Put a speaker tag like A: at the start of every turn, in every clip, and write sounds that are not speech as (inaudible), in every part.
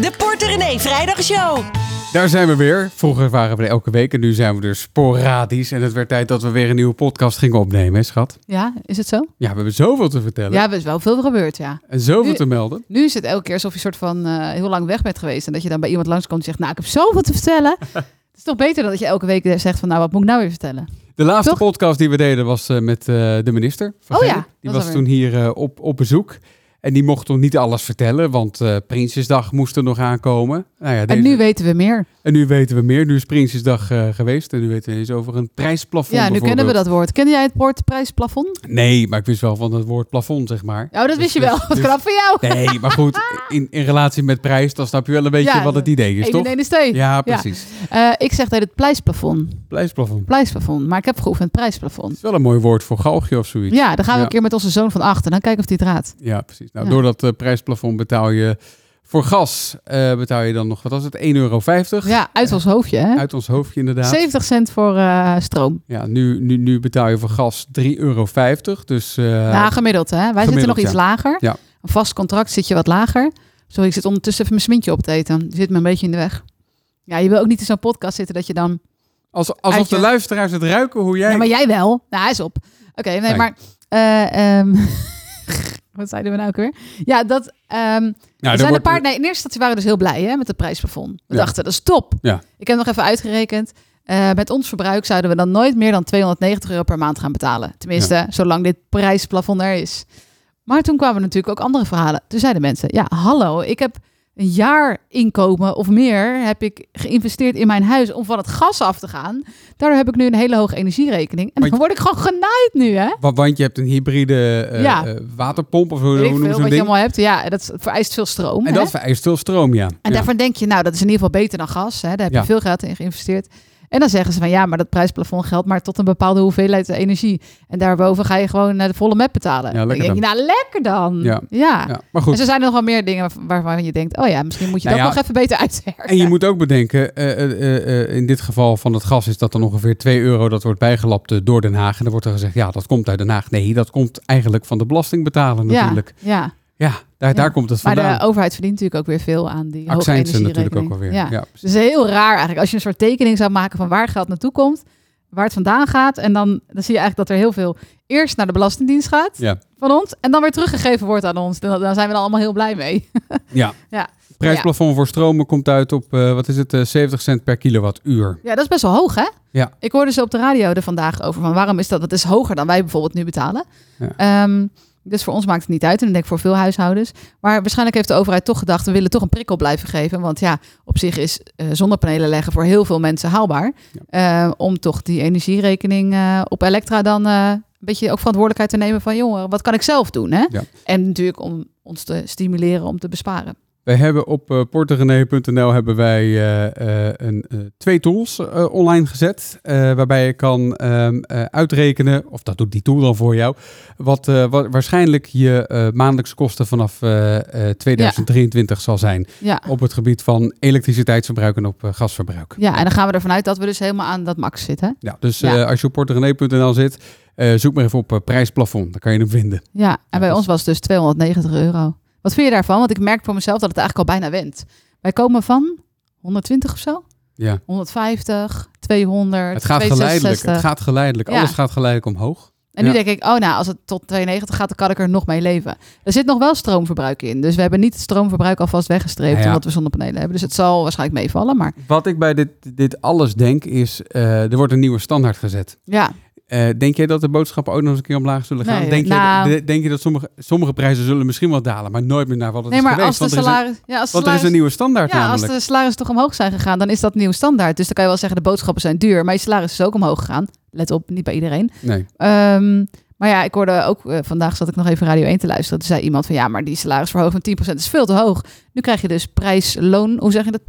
A: De Porter René Vrijdagshow.
B: Daar zijn we weer. Vroeger waren we er elke week en nu zijn we dus sporadisch. En het werd tijd dat we weer een nieuwe podcast gingen opnemen, hè, schat?
C: Ja, is het zo?
B: Ja, we hebben zoveel te vertellen
C: Ja, er is wel veel gebeurd, ja.
B: en zoveel
C: nu-
B: te melden.
C: Nu is het elke keer alsof je soort van eh, heel lang weg bent geweest. En dat je dan bij iemand langskomt en zegt, nou, ik heb zoveel te
B: (laughs)
C: vertellen. het is toch beter dan dat je elke week zegt van, nou, wat moet ik nou weer vertellen?
B: De laatste
C: Toch?
B: podcast die we deden was eh, met eh, de minister. Van
C: Oh ja,
B: Gerp.
C: dat
B: Die
C: was
B: was
C: alweer.
B: toen hier eh, op, op bezoek. En die mocht toen niet alles vertellen, want eh, Prinsjesdag moest er nog aankomen. Nou ja, deze-
C: En nu weten we meer.
B: en nu weten we meer. Nu is Prinsjesdag eh, geweest en nu weten we eens over een prijsplafond
C: Ja, nu kennen we
B: bijvoorbeeld.
C: dat woord. Ken jij het woord prijsplafond?
B: Nee, maar ik wist wel van het woord plafond, zeg maar.
C: Nou, dat
B: Dus-
C: wist je wel. (laughs)
B: dus-
C: Wat
B: dus-
C: knap van jou.
B: Nee, maar goed, in, in relatie met prijs, dan snap je wel een beetje
C: Ja,
B: wat het idee is,
C: Eén
B: toch?
C: in één is twee.
B: Ja, precies.
C: Eh, ik zeg dat het prijsplafond.
B: Prijsplafond.
C: Prijsplafond. Maar ik heb geoefend
B: Het
C: prijsplafond.
B: is wel een mooi woord voor galgje of zoiets. Ja,
C: Ja, dan gaan we
B: Ja.
C: een keer met onze zoon van acht en dan kijken of hij het raadt.
B: precies. Nou,
C: Ja.
B: door dat eh, prijsplafond betaal je voor gas, eh, betaal je dan nog, wat was het, 1,50 euro?
C: Ja, uit ons hoofdje, hè?
B: Uit ons hoofdje inderdaad.
C: 70 cent voor eh, stroom.
B: Ja, nu, nu, nu betaal je voor gas 3,50 euro. Dus eh,
C: Ja, Nou, gemiddeld hè. Wij zitten nog
B: Gemiddeld,
C: iets lager.
B: Ja.
C: Een vast contract zit je wat lager. Sorry, ik zit ondertussen even mijn smintje op te eten. Die zit me een beetje in de weg. Ja, je wil ook niet in zo'n podcast zitten dat je dan...
B: als, alsof
C: uit je-
B: de luisteraars het ruiken hoe jij...
C: Ja, maar jij wel. Nou, hij is op. Oké, nee,
B: Fijn.
C: maar... eh, ehm, (laughs) wat zeiden we nou ook weer? Ja, dat... ehm,
B: Nou,
C: er
B: er
C: zijn
B: wordt-
C: een paar... Nee, in eerste instantie waren we dus heel blij hè, met het prijsplafond. We
B: Ja.
C: dachten, dat is top.
B: Ja.
C: Ik heb nog even uitgerekend. Eh, met ons verbruik zouden we dan nooit meer dan 290 euro per maand gaan betalen. Tenminste, zolang dit prijsplafond er is. Maar toen kwamen natuurlijk ook andere verhalen. Toen zeiden mensen, ja, hallo, ik heb een jaar inkomen of meer heb ik geïnvesteerd in mijn huis om van het gas af te gaan. Daardoor heb ik nu een hele hoge energierekening. En
B: Maar
C: dan word ik gewoon genaaid nu, hè?
B: Wa- Want je hebt een hybride eh,
C: Ja.
B: eh, waterpomp of hoe,
C: Weet
B: hoe
C: ik veel
B: noemen
C: wat
B: ze dat
C: je
B: ding?
C: allemaal hebt. Ja, dat vereist veel stroom.
B: En
C: hè?
B: dat vereist veel stroom, ja.
C: En
B: ja.
C: daarvan denk je, nou, dat is in ieder geval beter dan gas. Hè? Daar heb je
B: Ja.
C: veel geld in geïnvesteerd. En dan zeggen ze van ja, maar dat prijsplafond geldt maar tot een bepaalde hoeveelheid energie. En daarboven ga je gewoon eh, de volle map betalen.
B: Ja, lekker
C: dan denk je, nou, lekker dan.
B: Ja.
C: Ja.
B: Ja, maar goed.
C: En zo zijn er nog wel meer dingen waarvan- waarvan je denkt, oh ja, misschien moet je
B: Nou
C: dat
B: ja,
C: nog even beter uitwerken.
B: En je moet ook bedenken, eh, eh, eh, eh, in dit geval van het gas is dat dan ongeveer 2 euro dat wordt bijgelapt eh, door Den Haag. En dan wordt er gezegd, ja, dat komt uit Den Haag. Nee, dat komt eigenlijk van de belastingbetaler natuurlijk.
C: Ja, ja.
B: Ja, daar, daar
C: Ja.
B: komt het
C: maar
B: vandaan.
C: de overheid verdient natuurlijk ook weer veel aan die hoge
B: Accijnsen natuurlijk ook
C: energierekening.
B: alweer.
C: Ja.
B: Ja.
C: Dus het is heel raar eigenlijk. Als je een soort tekening zou maken van waar geld naartoe komt, waar het vandaan gaat. En dan, dan zie je eigenlijk dat er heel veel eerst naar de Belastingdienst gaat.
B: ja,
C: van ons en dan weer teruggegeven wordt aan ons. Dan, dan zijn we er allemaal heel blij mee. (laughs)
B: ja.
C: Ja.
B: Prijsplafond voor stromen komt uit op, eh, wat is het, eh, 70 cent per kilowattuur.
C: Ja, dat is best wel hoog, hè?
B: Ja.
C: Ik hoorde ze op de radio er vandaag over van waarom is dat? Dat is hoger dan wij bijvoorbeeld nu betalen.
B: Ja.
C: Ehm, dus voor ons maakt het niet uit en ik denk voor veel huishoudens. Maar waarschijnlijk heeft de overheid toch gedacht, we willen toch een prikkel blijven geven. Want ja, op zich is eh, zonnepanelen leggen voor heel veel mensen haalbaar. Eh, om toch die energierekening eh, op Elektra dan eh, een beetje ook verantwoordelijkheid te nemen van jongen, wat kan ik zelf doen? Hè?
B: Ja.
C: En natuurlijk om ons te stimuleren om te besparen.
B: Wij hebben op eh porterenee.nl hebben wij eh, eh, een, eh, twee tools eh, online gezet. eh, waarbij je kan ehm, eh, uitrekenen, of dat doet die tool dan voor jou, wat, eh, wa- waarschijnlijk je eh, maandelijkse kosten vanaf eh, eh, 2023 zal zijn.
C: Ja.
B: Op het gebied van elektriciteitsverbruik en op eh, gasverbruik.
C: Ja, en dan gaan we ervan uit dat we dus helemaal aan dat max zitten.
B: Ja, dus
C: Ja.
B: eh, als je op porterenee.nl zit, eh, zoek maar even op eh, prijsplafond. Dan kan je hem vinden.
C: Ja, en bij
B: dat is-
C: ons was het dus 290 euro. Wat vind je daarvan? Want ik merk voor mezelf dat het eigenlijk al bijna went. Wij komen van 120 of zo?
B: Ja.
C: 150, 200,
B: Het gaat geleidelijk.
C: 266.
B: Het gaat geleidelijk.
C: Ja.
B: Alles gaat geleidelijk omhoog.
C: En nu
B: ja.
C: denk ik, oh nou, als het tot 92 gaat, dan kan ik er nog mee leven. Er zit nog wel stroomverbruik in. Dus we hebben niet het stroomverbruik alvast weggestreept
B: Nou Ja, ja.
C: omdat we zonnepanelen hebben. Dus het zal waarschijnlijk meevallen. Maar
B: Wat ik bij dit, dit alles denk is, eh, er wordt een nieuwe standaard gezet.
C: ja,
B: Eh, denk jij dat de boodschappen ook nog eens een keer omlaag zullen gaan?
C: Nee,
B: denk,
C: nou-
B: je, de- denk je dat sommige, sommige prijzen zullen misschien wel dalen, maar nooit meer naar wat het
C: nee,
B: is
C: maar
B: geweest?
C: als de
B: want er is een-
C: salaris... Ja, als
B: want
C: de
B: er is
C: salaris
B: een nieuwe standaard
C: Ja, als
B: namelijk.
C: de salarissen toch omhoog zijn gegaan, dan is dat nieuw standaard. Dus dan kan je wel zeggen, de boodschappen zijn duur. Maar je salaris is ook omhoog gegaan. Let op, niet bij iedereen.
B: Nee.
C: Ehm, maar ja, ik hoorde ook... eh, vandaag zat ik nog even Radio 1 te luisteren. Toen zei iemand van, ja, maar die salarisverhoging van 10% is veel te hoog. Nu krijg je dus prijs-loon... Hoe zeg je dat?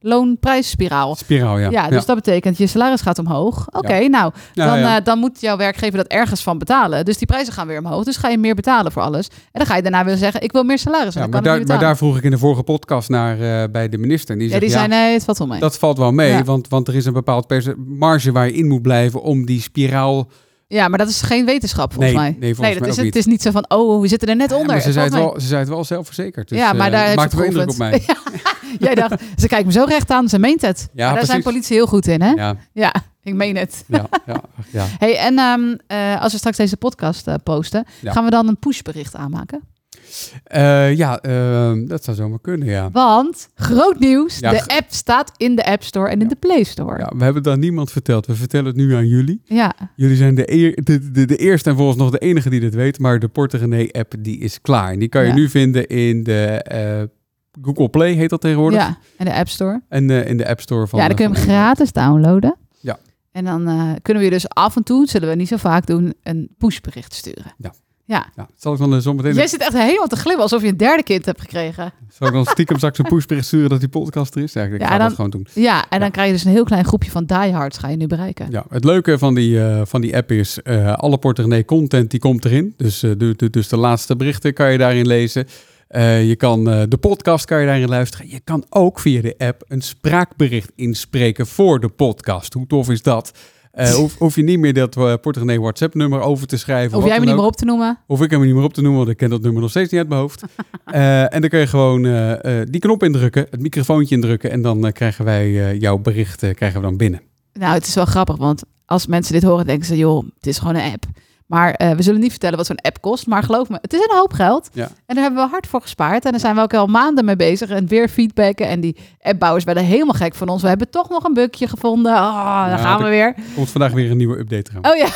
C: Prijs-loon-prijsspiraal.
B: Spiraal, ja.
C: Ja, dus dat betekent, je salaris gaat omhoog. Oké, nou,
B: Ja,
C: dan,
B: ja.
C: eh, dan moet jouw werkgever dat ergens van betalen. Dus die prijzen gaan weer omhoog. Dus ga je meer betalen voor alles. En dan ga je daarna weer zeggen, ik wil meer salaris.
B: Ja,
C: En
B: maar,
C: dan kan ik
B: daar,
C: niet
B: maar
C: betalen.
B: daar vroeg ik in de vorige podcast naar eh, bij de minister. En die
C: ja,
B: zegt,
C: die
B: ja,
C: zijn, nee, het valt wel mee.
B: dat valt wel mee,
C: Ja.
B: want, want er is een bepaald perce- marge waar je in moet blijven om die spiraal
C: Ja, maar dat is geen wetenschap volgens
B: Nee,
C: mij.
B: nee, volgens
C: dat
B: mij
C: is
B: ook
C: het.
B: niet.
C: Het is niet zo van, oh, we zitten er net onder.
B: maar ze zei, het
C: Volgens
B: wel, ze zei het wel zelfverzekerd. Dus,
C: Ja, maar
B: eh,
C: daar heeft
B: maakt
C: ze
B: wel
C: op
B: indruk op mij.
C: mij. Jij dacht, ze kijkt me zo recht aan, ze meent het. maar daar zijn
B: precies.
C: politie heel goed in, hè? (laughs) Ja,
B: Ja,
C: ik meen het.
B: ja, ja, ja.
C: Hey, en ehm, eh, als we straks deze podcast eh, posten,
B: Ja.
C: gaan we dan een pushbericht aanmaken?
B: Eh, ja ehm, dat zou zomaar kunnen, ja.
C: Want, groot nieuws,
B: Ja,
C: de
B: ge-
C: app staat in de App Store en in
B: Ja.
C: de Play Store.
B: ja. We hebben het aan niemand verteld. We vertellen het nu aan jullie.
C: Ja.
B: Jullie zijn de, eer- de, de, de eerste en volgens nog de enige die dit weet. Maar de Portegenee-app die is klaar. En die kan je
C: Ja.
B: nu vinden in de eh, Google Play, heet dat tegenwoordig.
C: ja, en de App Store.
B: En eh, in de App Store van...
C: ja, dan
B: eh,
C: kun je hem
B: van Android.
C: gratis downloaden.
B: Ja.
C: En dan eh, kunnen we je dus af en toe, zullen we niet zo vaak doen, een pushbericht sturen.
B: Ja.
C: ja.
B: Ja, zal ik dan eh, zometeen
C: Jij zit echt helemaal te glimmen alsof je een derde kind hebt gekregen.
B: zal ik dan stiekem straks een pushbericht sturen dat die podcast er is? Ja, ik
C: Ja,
B: ga
C: dan-
B: dat gewoon doen.
C: Ja, en
B: Ja.
C: dan krijg je dus een heel klein groepje van diehards ga je nu bereiken.
B: Ja, het leuke van die, eh, van die app is, eh, alle Portegenee content die komt erin. Dus, eh, de, de- dus de laatste berichten kan je daarin lezen. Eh, je kan, eh, de podcast kan je daarin luisteren. Je kan ook via de app een spraakbericht inspreken voor de podcast. Hoe tof is dat?
C: (laughs)
B: Eh, hoef, hoef je niet meer dat eh Portegenee WhatsApp nummer over te schrijven.
C: Hoef
B: wat
C: jij me
B: dan
C: niet
B: ook.
C: meer op te noemen?
B: Hoef ik hem niet meer op te noemen, want ik ken dat nummer nog steeds niet uit mijn
C: (laughs)
B: hoofd. Eh, en dan kun je gewoon eh, eh, die knop indrukken, het microfoontje indrukken. En dan eh, krijgen wij eh, jouw berichten krijgen we dan binnen.
C: Nou, het is wel grappig, want als mensen dit horen, denken ze, joh, het is gewoon een app. Maar eh, we zullen niet vertellen wat zo'n app kost. Maar geloof me, het is een hoop geld.
B: Ja.
C: En daar hebben we hard voor gespaard. En daar zijn we ook al maanden mee bezig. En weer feedbacken. En die appbouwers werden helemaal gek van ons. We hebben toch nog een bugje gevonden. Ah, daar
B: Ja,
C: gaan
B: dat-
C: we weer.
B: Er komt vandaag weer een nieuwe update aan.
C: Oh ja,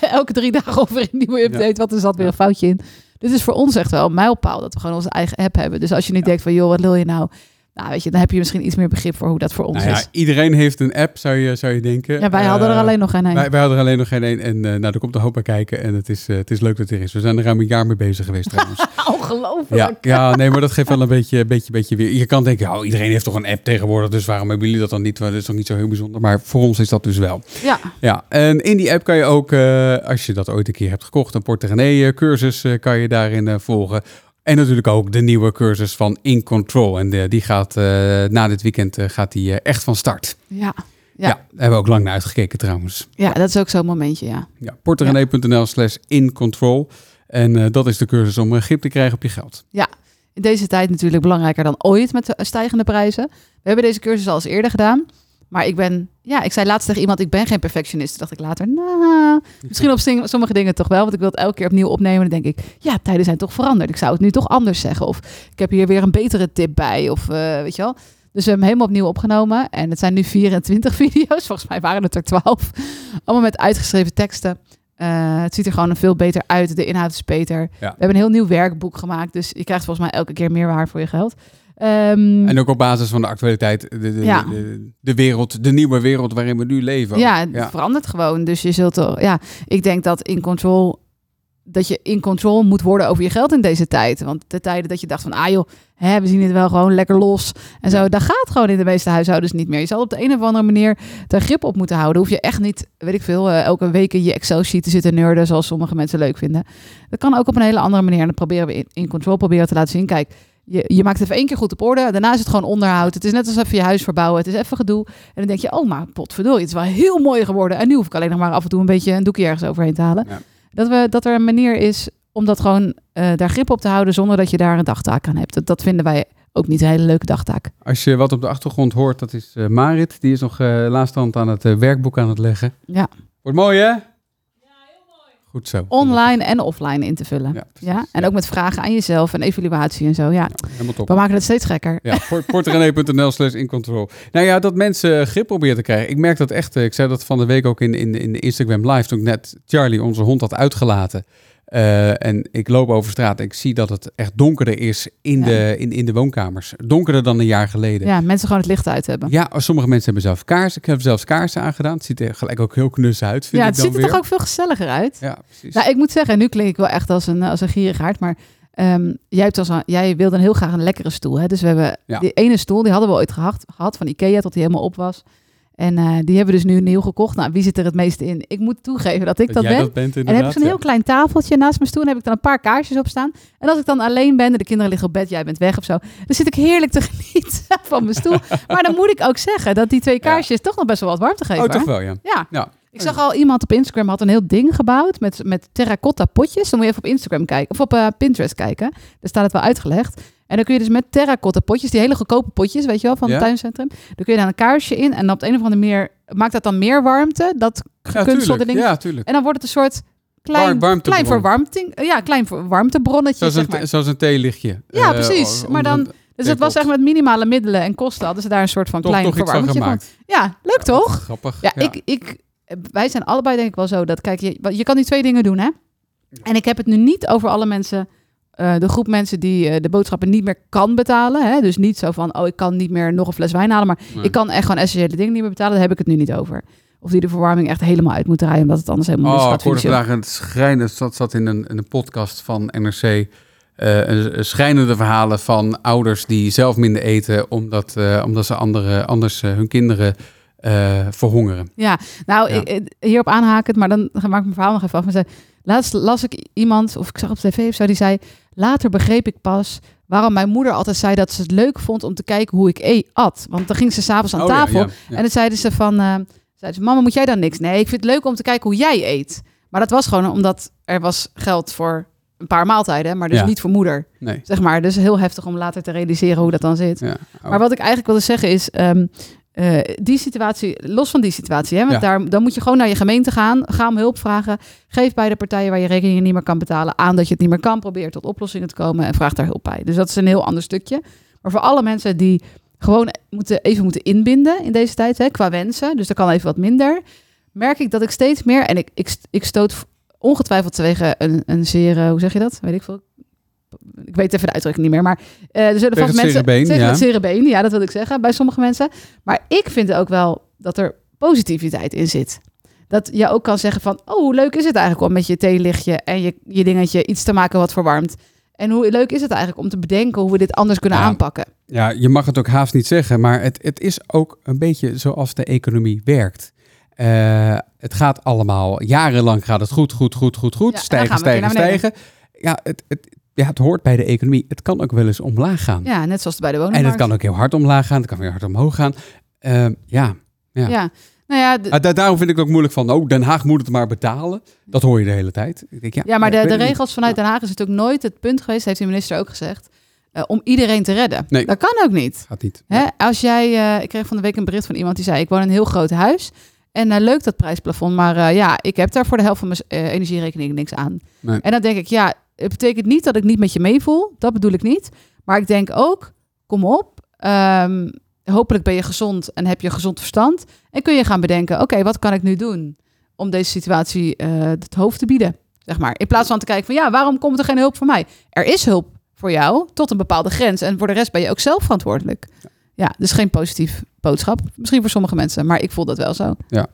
C: (laughs) elke drie dagen over een nieuwe update. Wat is dat weer
B: Ja.
C: een foutje in? Dit is voor ons echt wel een mijlpaal dat we gewoon onze eigen app hebben. Dus als je niet denkt van, joh, wat wil je nou? Nou, weet je, dan heb je misschien iets meer begrip voor hoe dat voor ons
B: Nou ja,
C: is.
B: iedereen heeft een app, zou je, zou je denken.
C: Ja, wij
B: Eh,
C: hadden er alleen nog geen een.
B: Wij, wij hadden er alleen nog geen één. En eh, nou, er komt een hoop bij kijken. En het is, eh, het is leuk dat het er is. We zijn er ruim een jaar mee bezig geweest trouwens.
C: (laughs) Ongelooflijk.
B: ja, ja, nee, maar dat geeft wel een beetje, beetje, beetje weer. Je kan denken, oh, iedereen heeft toch een app tegenwoordig. Dus waarom hebben jullie dat dan niet? Wel, Dat is toch niet zo heel bijzonder. Maar voor ons is dat dus wel.
C: Ja.
B: Ja, en in die app kan je ook, eh, als je dat ooit een keer hebt gekocht, een Portegenee-cursus kan je daarin eh, volgen. En natuurlijk ook de nieuwe cursus van In Control. En eh, die gaat eh, na dit weekend eh, gaat die, eh, echt van start.
C: Ja.
B: Ja.
C: Ja.
B: daar hebben we ook lang naar uitgekeken trouwens.
C: ja, dat is ook zo'n momentje, ja.
B: Ja, portegenee.nl slash in control. En eh, dat is de cursus om eh, grip te krijgen op je geld.
C: In deze tijd natuurlijk belangrijker dan ooit met de stijgende prijzen. We hebben deze cursus al eens eerder gedaan. Maar ik ben, ja, ik zei laatst tegen iemand, ik ben geen perfectionist. Toen dacht ik later, nou, misschien op zing- sommige dingen toch wel. Want ik wil het elke keer opnieuw opnemen. En dan denk ik, ja, tijden zijn toch veranderd. Ik zou het nu toch anders zeggen. Of ik heb hier weer een betere tip bij. Of eh, weet je wel. Dus we hebben hem helemaal opnieuw opgenomen. En het zijn nu 24 (laughs) video's. Volgens mij waren het er 12. Allemaal met uitgeschreven teksten. Eh, het ziet er gewoon veel beter uit. De inhoud is beter. We hebben een heel nieuw werkboek gemaakt. Dus je krijgt volgens mij elke keer meer waar voor je geld. Ehm,
B: En ook op basis van de actualiteit, de, de,
C: Ja.
B: de, de wereld, de nieuwe wereld waarin we nu leven.
C: ja, het verandert gewoon. Dus je zult toch. Ja, ik denk dat in control. Dat je in control moet worden over je geld in deze tijd. Want de tijden dat je dacht van, ah joh, hè, we zien het wel gewoon lekker los. En zo, dat gaat gewoon in de meeste huishoudens niet meer. Je zal op de een of andere manier daar grip op moeten houden. Hoef je echt niet, weet ik veel, eh, elke week in je Excel-sheet te zitten nerden, zoals sommige mensen leuk vinden. Dat kan ook op een hele andere manier. En dat proberen we in, in control proberen te laten zien. Kijk, je, je maakt het even één keer goed op orde. Daarna is het gewoon onderhoud. Het is net als even je huis verbouwen. Het is even gedoe. En dan denk je, oh maar potverdorie, het is wel heel mooi geworden. En nu hoef ik alleen nog maar af en toe een beetje een doekje ergens overheen te halen.
B: Ja.
C: Dat, we, dat er een manier is om dat gewoon eh, daar grip op te houden zonder dat je daar een dagtaak aan hebt. Dat, dat vinden wij ook niet een hele leuke dagtaak.
B: Als je wat op de achtergrond hoort, dat is eh, Marit. Die is nog eh laatst hand aan het eh, werkboek aan het leggen.
C: Ja.
B: Wordt mooi, hè? Ja, heel mooi. Goed zo.
C: Online en offline in te vullen. Ja,
B: Ja, precies.
C: en
B: Ja.
C: ook met vragen aan jezelf en evaluatie en zo. Ja,
B: Ja, helemaal top.
C: we maken het steeds gekker.
B: Ja, port- portrené.nl slash incontrol. Nou ja, dat mensen grip proberen te krijgen. Ik merk dat echt. eh, Ik zei dat van de week ook in, in, in de Instagram live. Toen ik net Charlie, onze hond, had uitgelaten. Eh, en ik loop over straat en ik zie dat het echt donkerder is in,
C: Ja.
B: de, in, in de woonkamers. Donkerder dan een jaar geleden.
C: Ja, mensen gewoon het licht uit hebben.
B: Ja, oh, sommige mensen hebben zelf kaarsen. Ik heb zelf kaarsen aangedaan. Het ziet er gelijk ook heel knus uit, vind
C: ja,
B: ik
C: het
B: dan
C: ziet er
B: weer.
C: toch ook veel gezelliger uit.
B: Ja, precies.
C: Nou, ik moet zeggen, en nu klink ik wel echt als een, als een gierigaard, maar ehm, jij, hebt als een- jij wilde een heel graag een lekkere stoel. Hè? Dus we hebben
B: Ja.
C: die ene stoel, die hadden we ooit gehad, gehad van Ikea tot die helemaal op was. En eh, die hebben we dus nu nieuw gekocht. Nou, wie zit er het meeste in? Ik moet toegeven dat ik dat,
B: jij
C: ben.
B: dat bent
C: en dan
B: inderdaad.
C: heb ik zo'n heel klein tafeltje naast mijn stoel. En heb ik dan een paar kaarsjes op staan. En als ik dan alleen ben en de kinderen liggen op bed, jij bent weg of zo. Dan zit ik heerlijk te (laughs) genieten van mijn stoel. maar dan moet ik ook zeggen dat die twee kaarsjes toch nog best wel wat warmte
B: ja.
C: geven.
B: Oh, toch
C: hoor.
B: wel, ja.
C: Ja.
B: Ja.
C: Ik Ik zag al iemand op Instagram had een heel ding gebouwd met, met terracotta potjes. Dan moet je even op Instagram kijken of op eh, Pinterest kijken. Daar staat het wel uitgelegd. En dan kun je dus met terracotta potjes, die hele goedkope potjes, weet je wel, van
B: Ja.
C: het tuincentrum. Dan kun je daar een kaarsje in en op de een of andere manier maakt dat dan meer warmte. Dat
B: Ja,
C: gekunstelde
B: tuurlijk.
C: ding.
B: Ja, tuurlijk.
C: En dan wordt het een soort klein,
B: Warm- warmtebron.
C: klein verwarmting. eh, Ja, klein ver- warmtebronnetje.
B: Zoals
C: Zeg
B: een,
C: maar.
B: zoals een theelichtje.
C: Ja,
B: Eh,
C: precies.
B: om-
C: Maar dan-
B: om-
C: Dus het was echt met minimale middelen en kosten hadden ze daar een soort van
B: toch,
C: klein
B: toch iets van
C: verwarmtje van.
B: gemaakt.
C: Ja, leuk toch?
B: Grappig.
C: Ja, Ik, ik, wij zijn allebei denk ik wel zo dat, kijk, je, je kan die twee dingen doen, hè? En ik heb het nu niet over alle mensen, eh, de groep mensen die eh, de boodschappen niet meer kan betalen. Hè? Dus niet zo van, oh, ik kan niet meer nog een fles wijn halen, maar
B: Nee.
C: ik kan echt gewoon essentiële dingen niet meer betalen. Daar heb ik het nu niet over. Of die de verwarming echt helemaal uit moet draaien, omdat het anders helemaal niet
B: Oh,
C: gaat
B: ik hoorde
C: functioneren.
B: vandaag een schrijnend, zat, zat in, een, in een podcast van NRC, eh, een- een schrijnende verhalen van ouders die zelf minder eten, omdat, eh, omdat ze andere, anders eh, hun kinderen eh, verhongeren.
C: Ja, nou,
B: Ja.
C: ik- ik- hierop aanhakend, maar dan ga- maak ik mijn verhaal nog even af. Maar zei, laatst las ik iemand, of ik zag op tv of zo, die zei... Later begreep ik pas waarom mijn moeder altijd zei dat ze het leuk vond om te kijken hoe ik e at. Want dan ging ze s'avonds aan
B: Oh, ja,
C: tafel
B: ja, ja.
C: en dan zeiden ze van... eh, zeiden ze, mama, moet jij dan niks? Nee, ik vind het leuk om te kijken hoe jij eet. Maar dat was gewoon omdat er was geld voor een paar maaltijden, maar dus
B: Ja.
C: niet voor moeder,
B: Nee.
C: zeg maar. Dus heel heftig om later te realiseren hoe dat dan zit.
B: Ja. Oh.
C: Maar wat ik eigenlijk wilde zeggen is, ehm, eh, die situatie, los van die situatie, hè, want
B: Ja.
C: daar, dan moet je gewoon naar je gemeente gaan, ga om hulp vragen, geef bij de partijen waar je rekeningen niet meer kan betalen aan dat je het niet meer kan, probeer tot oplossingen te komen en vraag daar hulp bij. Dus dat is een heel ander stukje. Maar voor alle mensen die gewoon moeten, even moeten inbinden in deze tijd, hè, qua wensen, dus dat kan even wat minder, merk ik dat ik steeds meer, en ik, ik, ik stoot ongetwijfeld tegen een, een zeer, eh, hoe zeg je dat? Weet ik veel. Ik weet even de uitdrukking niet meer, maar eh, er zullen
B: Tegen
C: vast
B: het
C: mensen...
B: zere been,
C: tegen
B: ja.
C: het zere been, ja, dat wil ik zeggen, bij sommige mensen. Maar ik vind ook wel dat er positiviteit in zit. Dat je ook kan zeggen van, oh, hoe leuk is het eigenlijk om met je theelichtje en je, je dingetje iets te maken wat verwarmt. En hoe leuk is het eigenlijk om te bedenken hoe we dit anders kunnen
B: Ja.
C: aanpakken.
B: Ja, je mag het ook haast niet zeggen, maar het, het is ook een beetje zoals de economie werkt. Eh, het gaat allemaal, jarenlang gaat het goed, goed, goed, goed, goed.
C: Ja, en dan
B: stijgen,
C: gaan we weer
B: stijgen,
C: naar beneden.
B: stijgen. Ja het, het, ja, het hoort bij de economie. Het kan ook wel eens omlaag gaan.
C: Ja, net zoals bij de
B: en
C: woningmarkt.
B: het kan ook heel hard omlaag gaan, het kan weer hard omhoog gaan. Eh, ja, ja.
C: Ja, nou ja, de-
B: Ah, da- daarom vind ik het ook moeilijk van, oh, Den Haag moet het maar betalen. Dat hoor je de hele tijd. Ik denk, ja,
C: Ja, maar
B: ik
C: de,
B: weet
C: de
B: het niet.
C: regels vanuit Den Haag is natuurlijk nooit het punt geweest, heeft de minister ook gezegd, eh, om iedereen te redden.
B: Nee.
C: Dat kan ook niet.
B: Gaat niet.
C: Hè? Als jij, eh, ik kreeg van de week een bericht van iemand die zei, ik woon in een heel groot huis en eh, leuk dat prijsplafond, maar eh, ja, ik heb daar voor de helft van mijn eh, energierekening niks aan.
B: Nee.
C: En dan denk ik, ja, het betekent niet dat ik niet met je meevoel, dat bedoel ik niet. Maar ik denk ook, kom op, ehm, hopelijk ben je gezond en heb je gezond verstand en kun je gaan bedenken, oké, wat kan ik nu doen om deze situatie eh, het hoofd te bieden? Zeg maar. In plaats van te kijken van ja, waarom komt er geen hulp voor mij? Er is hulp voor jou tot een bepaalde grens. En voor de rest ben je ook zelf verantwoordelijk. Ja, dus geen positief boodschap. Misschien voor sommige mensen, maar ik voel dat wel zo.
B: Ja. Eh,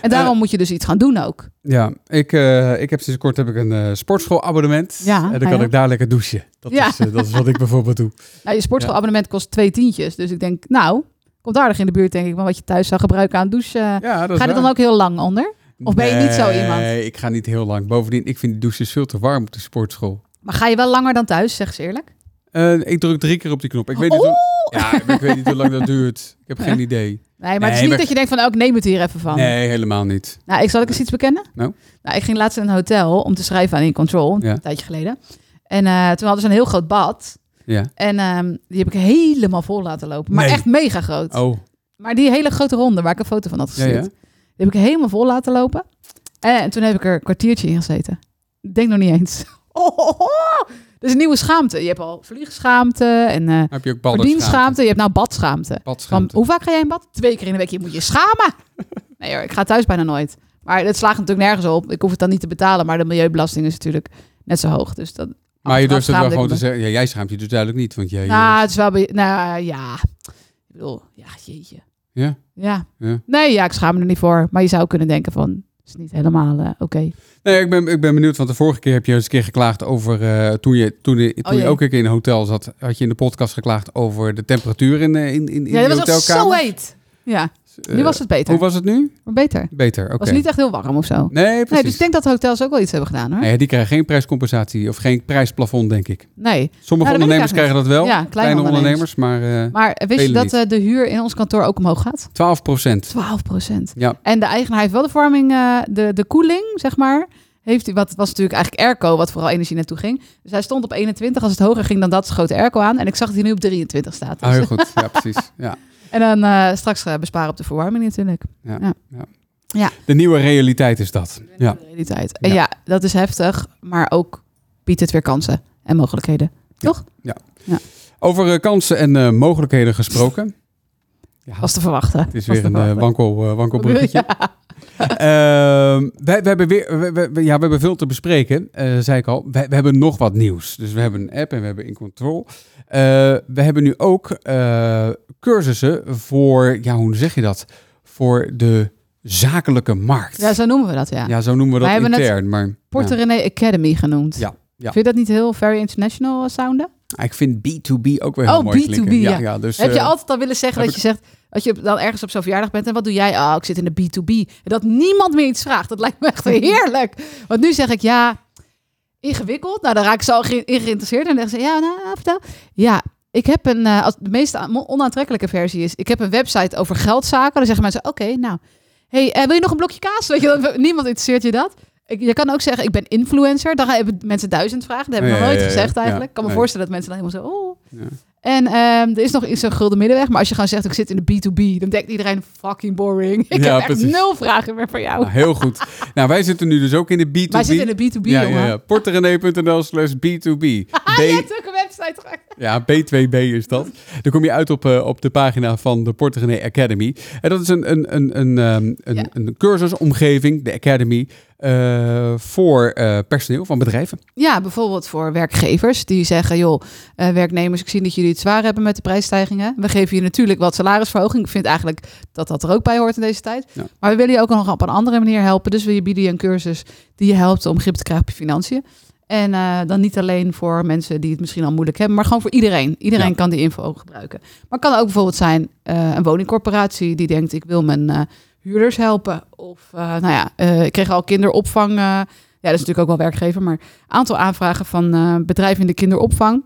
C: En daarom moet je dus iets gaan doen ook.
B: Ja, ik, eh, ik heb sinds kort heb ik een eh, sportschoolabonnement.
C: Ja,
B: en dan
C: ah,
B: kan
C: ja.
B: ik daar lekker douchen. Dat,
C: Ja.
B: is, eh, dat is wat ik bijvoorbeeld
C: (laughs)
B: doe.
C: Nou, je sportschoolabonnement kost twee tientjes. Dus ik denk, nou, komt aardig in de buurt denk ik. Maar wat je thuis zou gebruiken aan douchen.
B: Ja, dat
C: ga je
B: is
C: er dan ook heel lang onder? Of ben je niet zo iemand?
B: Nee, ik ga niet heel lang. Bovendien, ik vind die douches veel te warm op de sportschool.
C: Maar ga je wel langer dan thuis, zeg ze eerlijk?
B: Eh, ik druk drie keer op die knop. Ik weet, niet
C: Oeh!
B: hoe, ja, maar ik weet niet hoe lang dat duurt. Ik heb geen idee.
C: Nee, maar het
B: Nee,
C: is niet
B: maar-
C: dat je denkt van, oh, ik neem het hier even van.
B: Nee, helemaal niet.
C: Nou, ik zal ik eens iets bekennen.
B: Nou?
C: ik ging laatst in een hotel om te schrijven aan In Control,
B: Ja.
C: een tijdje geleden. En eh, toen hadden ze een heel groot bad.
B: Ja.
C: En ehm, die heb ik helemaal vol laten lopen. Maar
B: Nee.
C: echt mega groot.
B: Oh,
C: Maar die hele grote ronde waar ik een foto van had
B: ja,
C: gestuurd,
B: ja.
C: die heb ik helemaal vol laten lopen. En toen heb ik er een kwartiertje in gezeten. Ik Denk nog niet eens. (laughs) Oh, oh, oh. Dat is een nieuwe schaamte. Je hebt al vliegschaamte en eh
B: Heb je ook ballen?
C: verdienschaamte. Je hebt nou badschaamte. Van, hoe vaak ga jij in bad? Twee keer in de week. Je moet je
B: (laughs)
C: schamen. Nee hoor, ik ga thuis bijna nooit. Maar het slaagt natuurlijk nergens op. Ik hoef het dan niet te betalen. Maar de milieubelasting is natuurlijk net zo hoog. Dus dat,
B: Maar je durft het wel
C: schaamde ik
B: gewoon
C: me.
B: te zeggen. Ja, jij schaamt je dus duidelijk niet, want jij...
C: Nou, het is wel... be- Nou, ja. Ik bedoel, ja, jeetje.
B: Ja?
C: Ja.
B: Ja.
C: Nee, ja, ik schaam me er niet voor. Maar je zou kunnen denken van... het is niet helemaal eh, oké.
B: Nee, ik ben, ik ben benieuwd, want de vorige keer heb je eens een keer geklaagd over... eh, toen je, toen, je- toen
C: Oh,
B: je
C: jee.
B: ook een keer in een hotel zat, had je in de podcast geklaagd over de temperatuur in, eh, in, in, in
C: Ja,
B: de
C: dat was echt
B: hotelkamer.
C: zo heet. Ja. Nu was het beter.
B: eh, Hoe was het nu?
C: Maar beter.
B: Beter, oké.
C: Was niet echt heel warm of zo.
B: Nee,
C: nee,
B: precies.
C: dus ik denk dat hotels ook wel iets hebben gedaan hoor. Nee.
B: Nee, die krijgen geen prijscompensatie of geen prijsplafond, denk ik. Sommige
C: Nou, dat weet ik
B: ondernemers
C: eigenlijk
B: krijgen dat wel.
C: Ja, kleine
B: ondernemers,
C: ondernemers.
B: maar eh
C: Maar wist je
B: Velen
C: dat eh, de huur in ons kantoor ook omhoog gaat?
B: 12 procent.
C: 12 procent.
B: Ja.
C: En de eigenaar heeft wel de verwarming, eh, de, de koeling, zeg maar. Heeft hij, wat het was natuurlijk eigenlijk airco, wat vooral energie naartoe ging. Dus hij stond op 21. Als het hoger ging dan dat, schoot de airco aan. En ik zag dat hij nu op 23 staat.
B: Ah,
C: Dus-
B: heel goed. Ja, precies. Ja.
C: En dan eh, straks eh, besparen op de verwarming natuurlijk.
B: De nieuwe realiteit is dat. Ja.
C: De realiteit. En
B: Ja.
C: ja. dat is heftig, maar ook biedt het weer kansen en mogelijkheden.
B: Over eh, kansen en eh, mogelijkheden gesproken. Ja,
C: Was te verwachten.
B: het is weer een eh, wankel, eh, wankel bruggetje.
C: (laughs) Ja.
B: Ehm, wij, wij hebben weer, we- we- we- ja, we hebben veel te bespreken, eh, zei ik al. Wij- we hebben nog wat nieuws. Dus we hebben een app en we hebben in control. Eh, we hebben nu ook eh, cursussen voor, ja, hoe zeg je dat? Voor de zakelijke markt.
C: ja, zo noemen we dat, ja.
B: Ja, zo noemen we dat
C: Wij hebben het
B: intern. Maar,
C: Porto René Academy genoemd.
B: Ja, ja.
C: Vind je dat niet heel very international eh, sounden?
B: ja. Ik vind B2B ook weer heel
C: Oh,
B: mooi
C: B2B,
B: klinken.
C: ja.
B: dus,
C: heb je
B: eh,
C: altijd al willen zeggen
B: heb
C: dat je zegt dat je dan ergens op zo'n verjaardag bent en wat doe jij? Ah, ik zit in de B2B. En dat niemand meer iets vraagt. Dat lijkt me
B: (laughs)
C: echt heerlijk. Want nu zeg ik ja, ingewikkeld. Nou, dan raak ik zo ge- in geïnteresseerd en dan zeggen ze ja, nou, vertel. Ja, ik heb een eh, als de meest aan- onaantrekkelijke versie is, ik heb een website over geldzaken. Dan zeggen mensen oké, nou, hey, eh, wil je nog een blokje kaas? Weet je, dan- (laughs) niemand interesseert je dat. Ik- Je kan ook zeggen, ik ben influencer. Dan hebben mensen duizend vragen. Dat heb ik
B: Ja,
C: nog nooit
B: ja, ja, ja.
C: gezegd
B: Ja,
C: eigenlijk. Ik kan me
B: nee.
C: voorstellen dat mensen dan helemaal zo... oh.
B: Ja.
C: En ehm, er is nog iets een gulden middenweg. Maar als je gewoon zegt, ik zit in de B2B, dan denkt iedereen fucking boring. (laughs) Ik
B: Ja,
C: heb echt
B: precies.
C: nul vragen meer voor jou.
B: nou, heel goed. nou, wij zitten nu dus ook in de B2B.
C: Wij zitten in de B2B,
B: ja,
C: jongen. Ah,
B: ja, ja. Porterenee.nl slash
C: (laughs)
B: B2B. B,
C: Net ook een website gemaakt.
B: Ja, B2B is dat. Dan kom je uit op, eh, op de pagina van de Porto René Academy. En dat is een, een, een, een, ehm, een,
C: Ja.
B: een cursusomgeving, de Academy, eh, voor eh, personeel van bedrijven.
C: Ja, bijvoorbeeld voor werkgevers die zeggen, joh, eh, werknemers, ik zie dat jullie het zwaar hebben met de prijsstijgingen. We geven je natuurlijk wat salarisverhoging. Ik vind eigenlijk dat dat er ook bij hoort in deze tijd.
B: Ja.
C: Maar we willen je ook nog op een andere manier helpen. Dus we bieden je een cursus die je helpt om grip te krijgen op je financiën. En eh, dan niet alleen voor mensen die het misschien al moeilijk hebben, maar gewoon voor iedereen. Iedereen
B: Ja.
C: kan die info gebruiken. Maar het kan ook bijvoorbeeld zijn eh, een woningcorporatie die denkt, ik wil mijn eh, huurders helpen. Of, eh, nou ja, eh, ik kreeg al kinderopvang. eh, ja, dat is natuurlijk ook wel werkgever, maar aantal aanvragen van eh, bedrijven in de kinderopvang.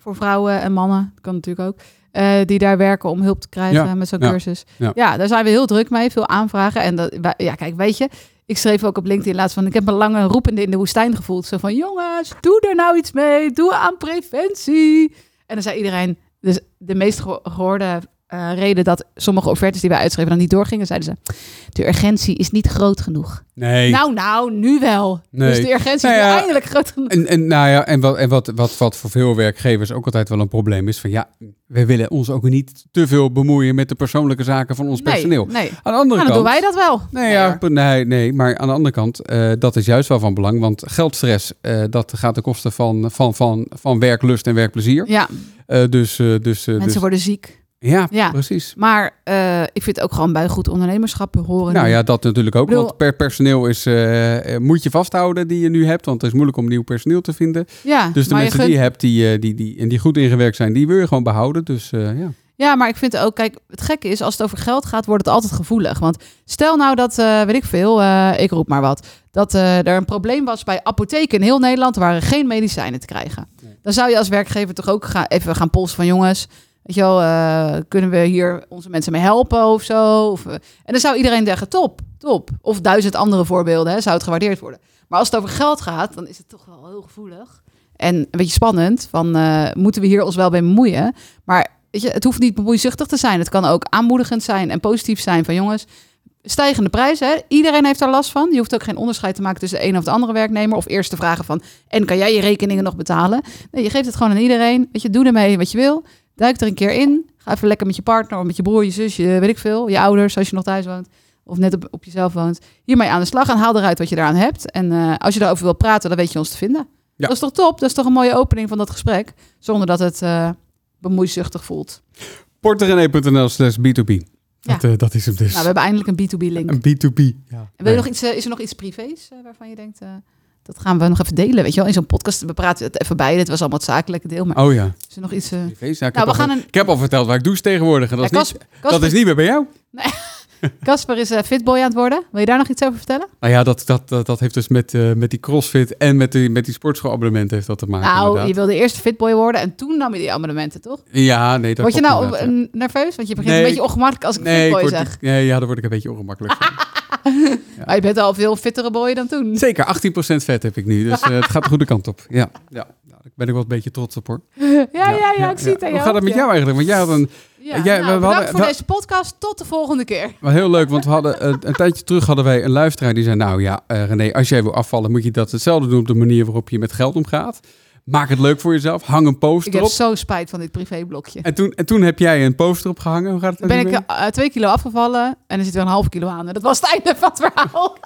C: Voor vrouwen en mannen, kan natuurlijk ook. eh, die daar werken om hulp te krijgen
B: Ja,
C: met zo'n
B: ja,
C: cursus.
B: ja.
C: Ja. daar zijn we heel druk mee. Veel aanvragen. En dat, wij- ja, kijk, weet je, ik schreef ook op LinkedIn laatst van... ik heb me lange roepende in de woestijn gevoeld. Zo van, jongens, doe er nou iets mee. Doe aan preventie. En dan zei iedereen... Dus de meest geho- gehoorde eh, reden dat sommige offertes die wij uitschreven... dan niet doorgingen, zeiden ze... de urgentie is niet groot genoeg.
B: Nee.
C: Nou, nou, nu wel.
B: Nee.
C: Dus de urgentie
B: Nou
C: is nu
B: ja,
C: eindelijk groot genoeg.
B: En, en, nou ja, en, wat, en wat, wat, wat voor veel werkgevers ook altijd wel een probleem is: van ja, we willen ons ook niet te veel bemoeien met de persoonlijke zaken van ons personeel.
C: Nee, nee.
B: Aan de andere
C: Nou, dan
B: kant.
C: doen wij dat wel.
B: Nee, ja,
C: hoor.
B: nee, nee, maar aan de andere kant, eh, dat is juist wel van belang. Want geldstress, eh, dat gaat ten koste van, van, van, van werklust en werkplezier.
C: Ja,
B: Eh, dus, eh, dus, eh,
C: mensen
B: dus
C: worden ziek.
B: ja,
C: Ja.
B: precies.
C: Maar eh, ik vind het ook gewoon bij goed ondernemerschap horen.
B: Nou ja, dat natuurlijk ook.
C: Ik bedoel-
B: Want per personeel is, eh, eh, moet je vasthouden die je nu hebt. Want het is moeilijk om nieuw personeel te vinden.
C: ja,
B: Dus de
C: maar je
B: mensen
C: gunt-
B: die je hebt die, eh, die, die, en die goed ingewerkt zijn, die wil je gewoon behouden. Dus eh, ja.
C: Ja, maar ik vind ook, kijk, het gekke is, als het over geld gaat, wordt het altijd gevoelig. Want stel nou dat, eh, weet ik veel, eh, ik roep maar wat, dat eh, er een probleem was bij apotheken in heel Nederland, er waren geen medicijnen te krijgen. Dan zou je als werkgever toch ook gaan, even gaan polsen van jongens, weet je wel, eh, kunnen we hier onze mensen mee helpen of zo? Of, eh, en dan zou iedereen zeggen, top, top. Of duizend andere voorbeelden, hè, zou het gewaardeerd worden. Maar als het over geld gaat, dan is het toch wel heel gevoelig. En een beetje spannend, van eh, moeten we hier ons wel mee bemoeien? Maar weet je, het hoeft niet bemoeizuchtig te zijn. Het kan ook aanmoedigend zijn en positief zijn van jongens. Stijgende prijzen, hè? iedereen heeft daar last van. Je hoeft ook geen onderscheid te maken tussen de ene of de andere werknemer. Of eerst te vragen van, en kan jij je rekeningen nog betalen? Nee, je geeft het gewoon aan iedereen. Weet je, doe ermee wat je wil. Duik er een keer in. Ga even lekker met je partner of met je broer, je zus, je, weet ik veel. Je ouders, als je nog thuis woont. Of net op, op jezelf woont. Hiermee aan de slag en haal eruit wat je eraan hebt. En eh, als je daarover wil praten, dan weet je ons te vinden.
B: Ja.
C: Dat is toch top? Dat is toch een mooie opening van dat gesprek. Zonder dat het... eh, bemoeizuchtig voelt.
B: Porterenee.nl slash B2B.
C: Ja.
B: Dat, eh, dat is hem dus.
C: Nou, we hebben eindelijk een B2B-link.
B: Een B2B. Ja.
C: En wil je nog iets, eh, is er nog iets privés eh, waarvan je denkt, eh, dat gaan we nog even delen? Weet je wel, in zo'n podcast, we praten het even bij. Dit was allemaal het zakelijke deel, maar
B: Oh ja.
C: is er nog iets... eh,
B: Privézaak. ik,
C: Nou,
B: heb
C: we
B: al
C: gaan
B: ver-
C: een-
B: ik heb al verteld waar ik douche tegenwoordig. En dat,
C: Ja,
B: is,
C: Cas-
B: niet,
C: Casper-
B: dat is niet meer bij jou.
C: Casper is eh, fitboy aan het worden. Wil je daar nog iets over vertellen?
B: Nou ja, dat, dat, dat, dat heeft dus met, eh, met die crossfit en met die, met die sportschoolabonnement heeft dat te maken.
C: nou, je
B: inderdaad.
C: wilde eerst fitboy worden en toen nam je die abonnementen, toch?
B: Ja, nee, dat
C: word je
B: klopt
C: nou
B: inderdaad, ja.
C: eh, nerveus? Want je begint
B: Nee,
C: een beetje ongemakkelijk als ik
B: Nee, ik
C: fitboy
B: word,
C: zeg.
B: niet- nee, ja, daar word ik een beetje ongemakkelijk
C: (laughs)
B: van. ja.
C: Maar je bent al veel fittere boy dan toen. (laughs)
B: Zeker, 18% vet heb ik nu, dus eh, het gaat de goede kant op. Ja, ja. Nou, daar ben ik wel een beetje trots op hoor.
C: Ja, ja, ja, ik zie het aan
B: Hoe gaat het met jou
C: hoofdje.
B: eigenlijk? Want jij had een,
C: Ja,
B: Jij- we-
C: nou,
B: we
C: bedankt
B: hadden-
C: voor
B: we-
C: deze podcast. Tot de volgende keer.
B: wel heel leuk, want we hadden, een, een tijdje terug hadden wij een luisteraar die zei... Nou ja, eh, René, als jij wil afvallen moet je dat hetzelfde doen op de manier waarop je met geld omgaat. Maak het leuk voor jezelf, hang een
C: Ik
B: poster
C: heb
B: op.
C: zo spijt van dit privéblokje.
B: En toen, en toen heb jij een poster opgehangen. Hoe gaat het
C: Dan ben
B: met
C: ik
B: die mee?
C: eh, twee kilo afgevallen en er zit weer een half kilo aan. En dat was het einde van het verhaal. (laughs)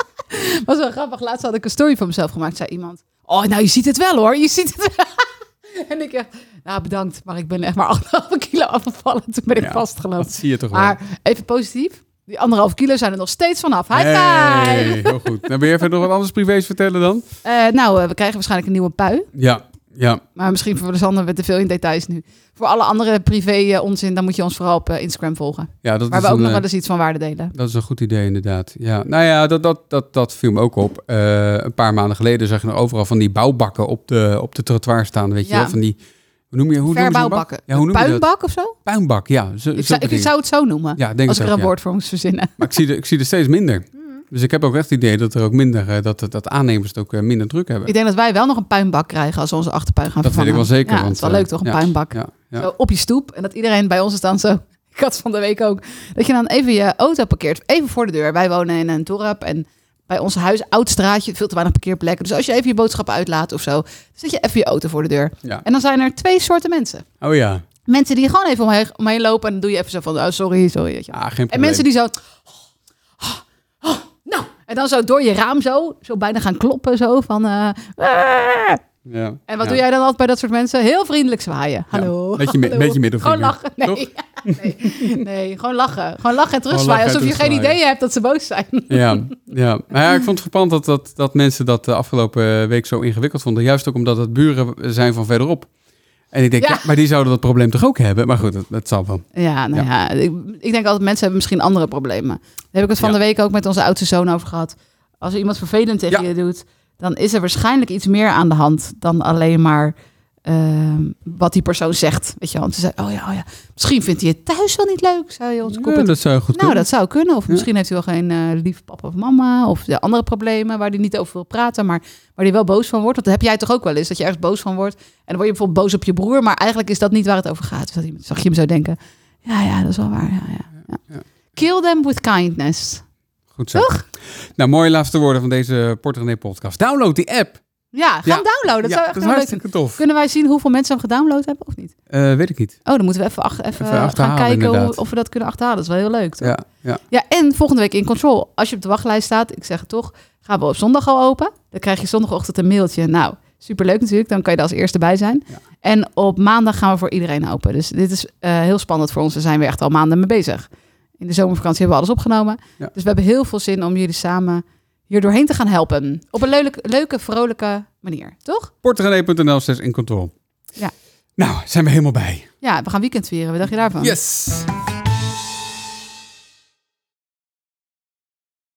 C: was wel grappig. Laatst had ik een story van mezelf gemaakt, zei iemand. Oh, nou, je ziet het wel hoor. Je ziet het wel. (laughs) en ik echt, nou bedankt, maar ik ben echt maar (laughs) 1,5 kilo afgevallen. Toen ben ik
B: Ja,
C: vastgelopen.
B: Dat zie je toch wel.
C: Maar even positief. Die anderhalf kilo zijn er nog steeds vanaf. High five!
B: Hey, heel goed. Nou, wil je even nog wat anders privés vertellen dan?
C: Eh, nou, eh, we krijgen waarschijnlijk een nieuwe pui.
B: Ja, ja.
C: Maar misschien veranderen we te veel in details nu. Voor alle andere privé eh, onzin, dan moet je ons vooral op eh, Instagram volgen.
B: ja dat
C: Waar
B: is
C: we ook
B: een,
C: nog
B: eh,
C: wel eens iets van waarde delen.
B: Dat is een goed idee, inderdaad. Ja, nou ja, dat, dat, dat, dat viel me ook op. Eh, een paar maanden geleden zag je nog overal van die bouwbakken op de, op de trottoir staan. Weet
C: Ja.
B: je wel? Van die, hoe noem je, hoe noem je zo'n bak?
C: Verbouwbakken.
B: Ja, hoe noem je dat?
C: Puinbak of zo?
B: Puinbak, ja. Zo,
C: Ik
B: zulke
C: zou, ik
B: dingen.
C: zou het zo noemen.
B: ja, denk
C: als
B: het
C: ik er
B: ook,
C: een
B: ja.
C: woord Mm. voor moest verzinnen.
B: Maar ik zie, er, ik zie er steeds minder. Dus ik heb ook echt het idee dat er ook minder, eh, dat, dat aannemers het ook eh, minder druk hebben.
C: Ik denk dat wij wel nog een puinbak krijgen als we onze achterpuin gaan
B: Dat weet ik
C: vervangen.
B: wel zeker,
C: Ja, het
B: want,
C: is wel
B: eh,
C: leuk toch, een
B: ja,
C: puinbak.
B: Ja, ja.
C: Zo op je stoep. En dat iedereen bij ons is dan zo. (laughs) Ik had van de week ook. Dat je dan even je auto parkeert. Even voor de deur. Wij wonen in een dorp. En bij ons huis, oud straatje, veel te weinig parkeerplekken. Dus als je even je boodschappen uitlaat of zo. Zet je even je auto voor de deur.
B: Ja.
C: En dan zijn er twee soorten mensen.
B: Oh ja.
C: Mensen die gewoon even omheen, omheen lopen. En dan doe je even zo van, oh, sorry, sorry. weet je wel.
B: Ah, geen probleem.
C: En mensen die zo... oh, oh, nou. En dan zo door je raam zo. Zo bijna gaan kloppen. Zo van... eh, "Ah."
B: Ja.
C: En wat doe jij dan altijd bij dat soort mensen? Heel vriendelijk zwaaien. Hallo.
B: Met je mi-
C: hallo. Oh,
B: met je middelvinger,
C: Gewoon lachen. Nee. nee. (laughs) Nee, gewoon lachen. Gewoon lachen en terugzwaaien.
B: lachen en
C: Alsof je geen
B: terugzwaaien.
C: idee hebt dat ze boos zijn.
B: Ja, ja. Maar ja, ik vond het verpand dat, dat, dat mensen dat de afgelopen week zo ingewikkeld vonden. Juist ook omdat het buren zijn van verderop. En ik denk,
C: Ja.
B: ja. maar die zouden dat probleem toch ook hebben? Maar goed, dat, dat zal wel.
C: Ja, nou ja. ik, ik denk altijd, mensen hebben misschien andere problemen. Daar heb ik het van
B: Ja.
C: de week ook met onze oudste zoon over gehad. Als er iemand vervelend tegen
B: Ja.
C: je doet, dan is er waarschijnlijk iets meer aan de hand dan alleen maar ehm, wat die persoon zegt. Weet je wel, want ze zei, oh ja, oh ja, misschien vindt hij het thuis wel niet leuk, zei ons
B: Ja, dat zou goed
C: Nou,
B: kunnen.
C: dat zou kunnen. Of
B: Ja.
C: misschien heeft hij wel geen eh lief papa of mama. Of de andere problemen waar hij niet over wil praten. Maar waar hij wel boos van wordt. Dat heb jij toch ook wel eens? Dat je ergens boos van wordt. En dan word je bijvoorbeeld boos op je broer. Maar eigenlijk is dat niet waar het over gaat. Dus dat iemand- zag je hem zo denken. Ja, ja, dat is wel waar. Ja, ja, ja.
B: Ja.
C: Kill them with kindness.
B: Goed zo. Nou, mooie laatste woorden van deze Portugane podcast. Download die app.
C: Ja, ga
B: Ja.
C: hem downloaden. Oh, Dat
B: ja,
C: zou
B: dat
C: echt
B: is
C: heel leuk zijn.
B: hartstikke tof.
C: Kunnen wij zien hoeveel mensen hem gedownload hebben of niet?
B: Eh, weet ik niet.
C: Oh, dan moeten we even, ach- even,
B: Even
C: gaan
B: achterhalen,
C: kijken hoe,
B: inderdaad.
C: of we dat kunnen achterhalen. Dat is wel heel leuk. toch?
B: Ja, ja.
C: Ja, en volgende week in Control. Als je op de wachtlijst staat, ik zeg het toch, gaan we op zondag al open. Dan krijg je zondagochtend een mailtje. Nou, superleuk natuurlijk. Dan kan je er als eerste bij zijn.
B: Ja.
C: En op maandag gaan we voor iedereen open. Dus dit is eh, heel spannend voor ons. Daar zijn we echt al maanden mee bezig. In de zomervakantie hebben we alles opgenomen.
B: Ja.
C: Dus we hebben heel veel zin om jullie samen hier doorheen te gaan helpen. Op een leuke, leuke vrolijke manier, toch?
B: Portugane.nl slash in control.
C: Ja.
B: Nou, zijn we helemaal bij.
C: Ja, we gaan weekend vieren. Wat dacht je daarvan?
B: Yes.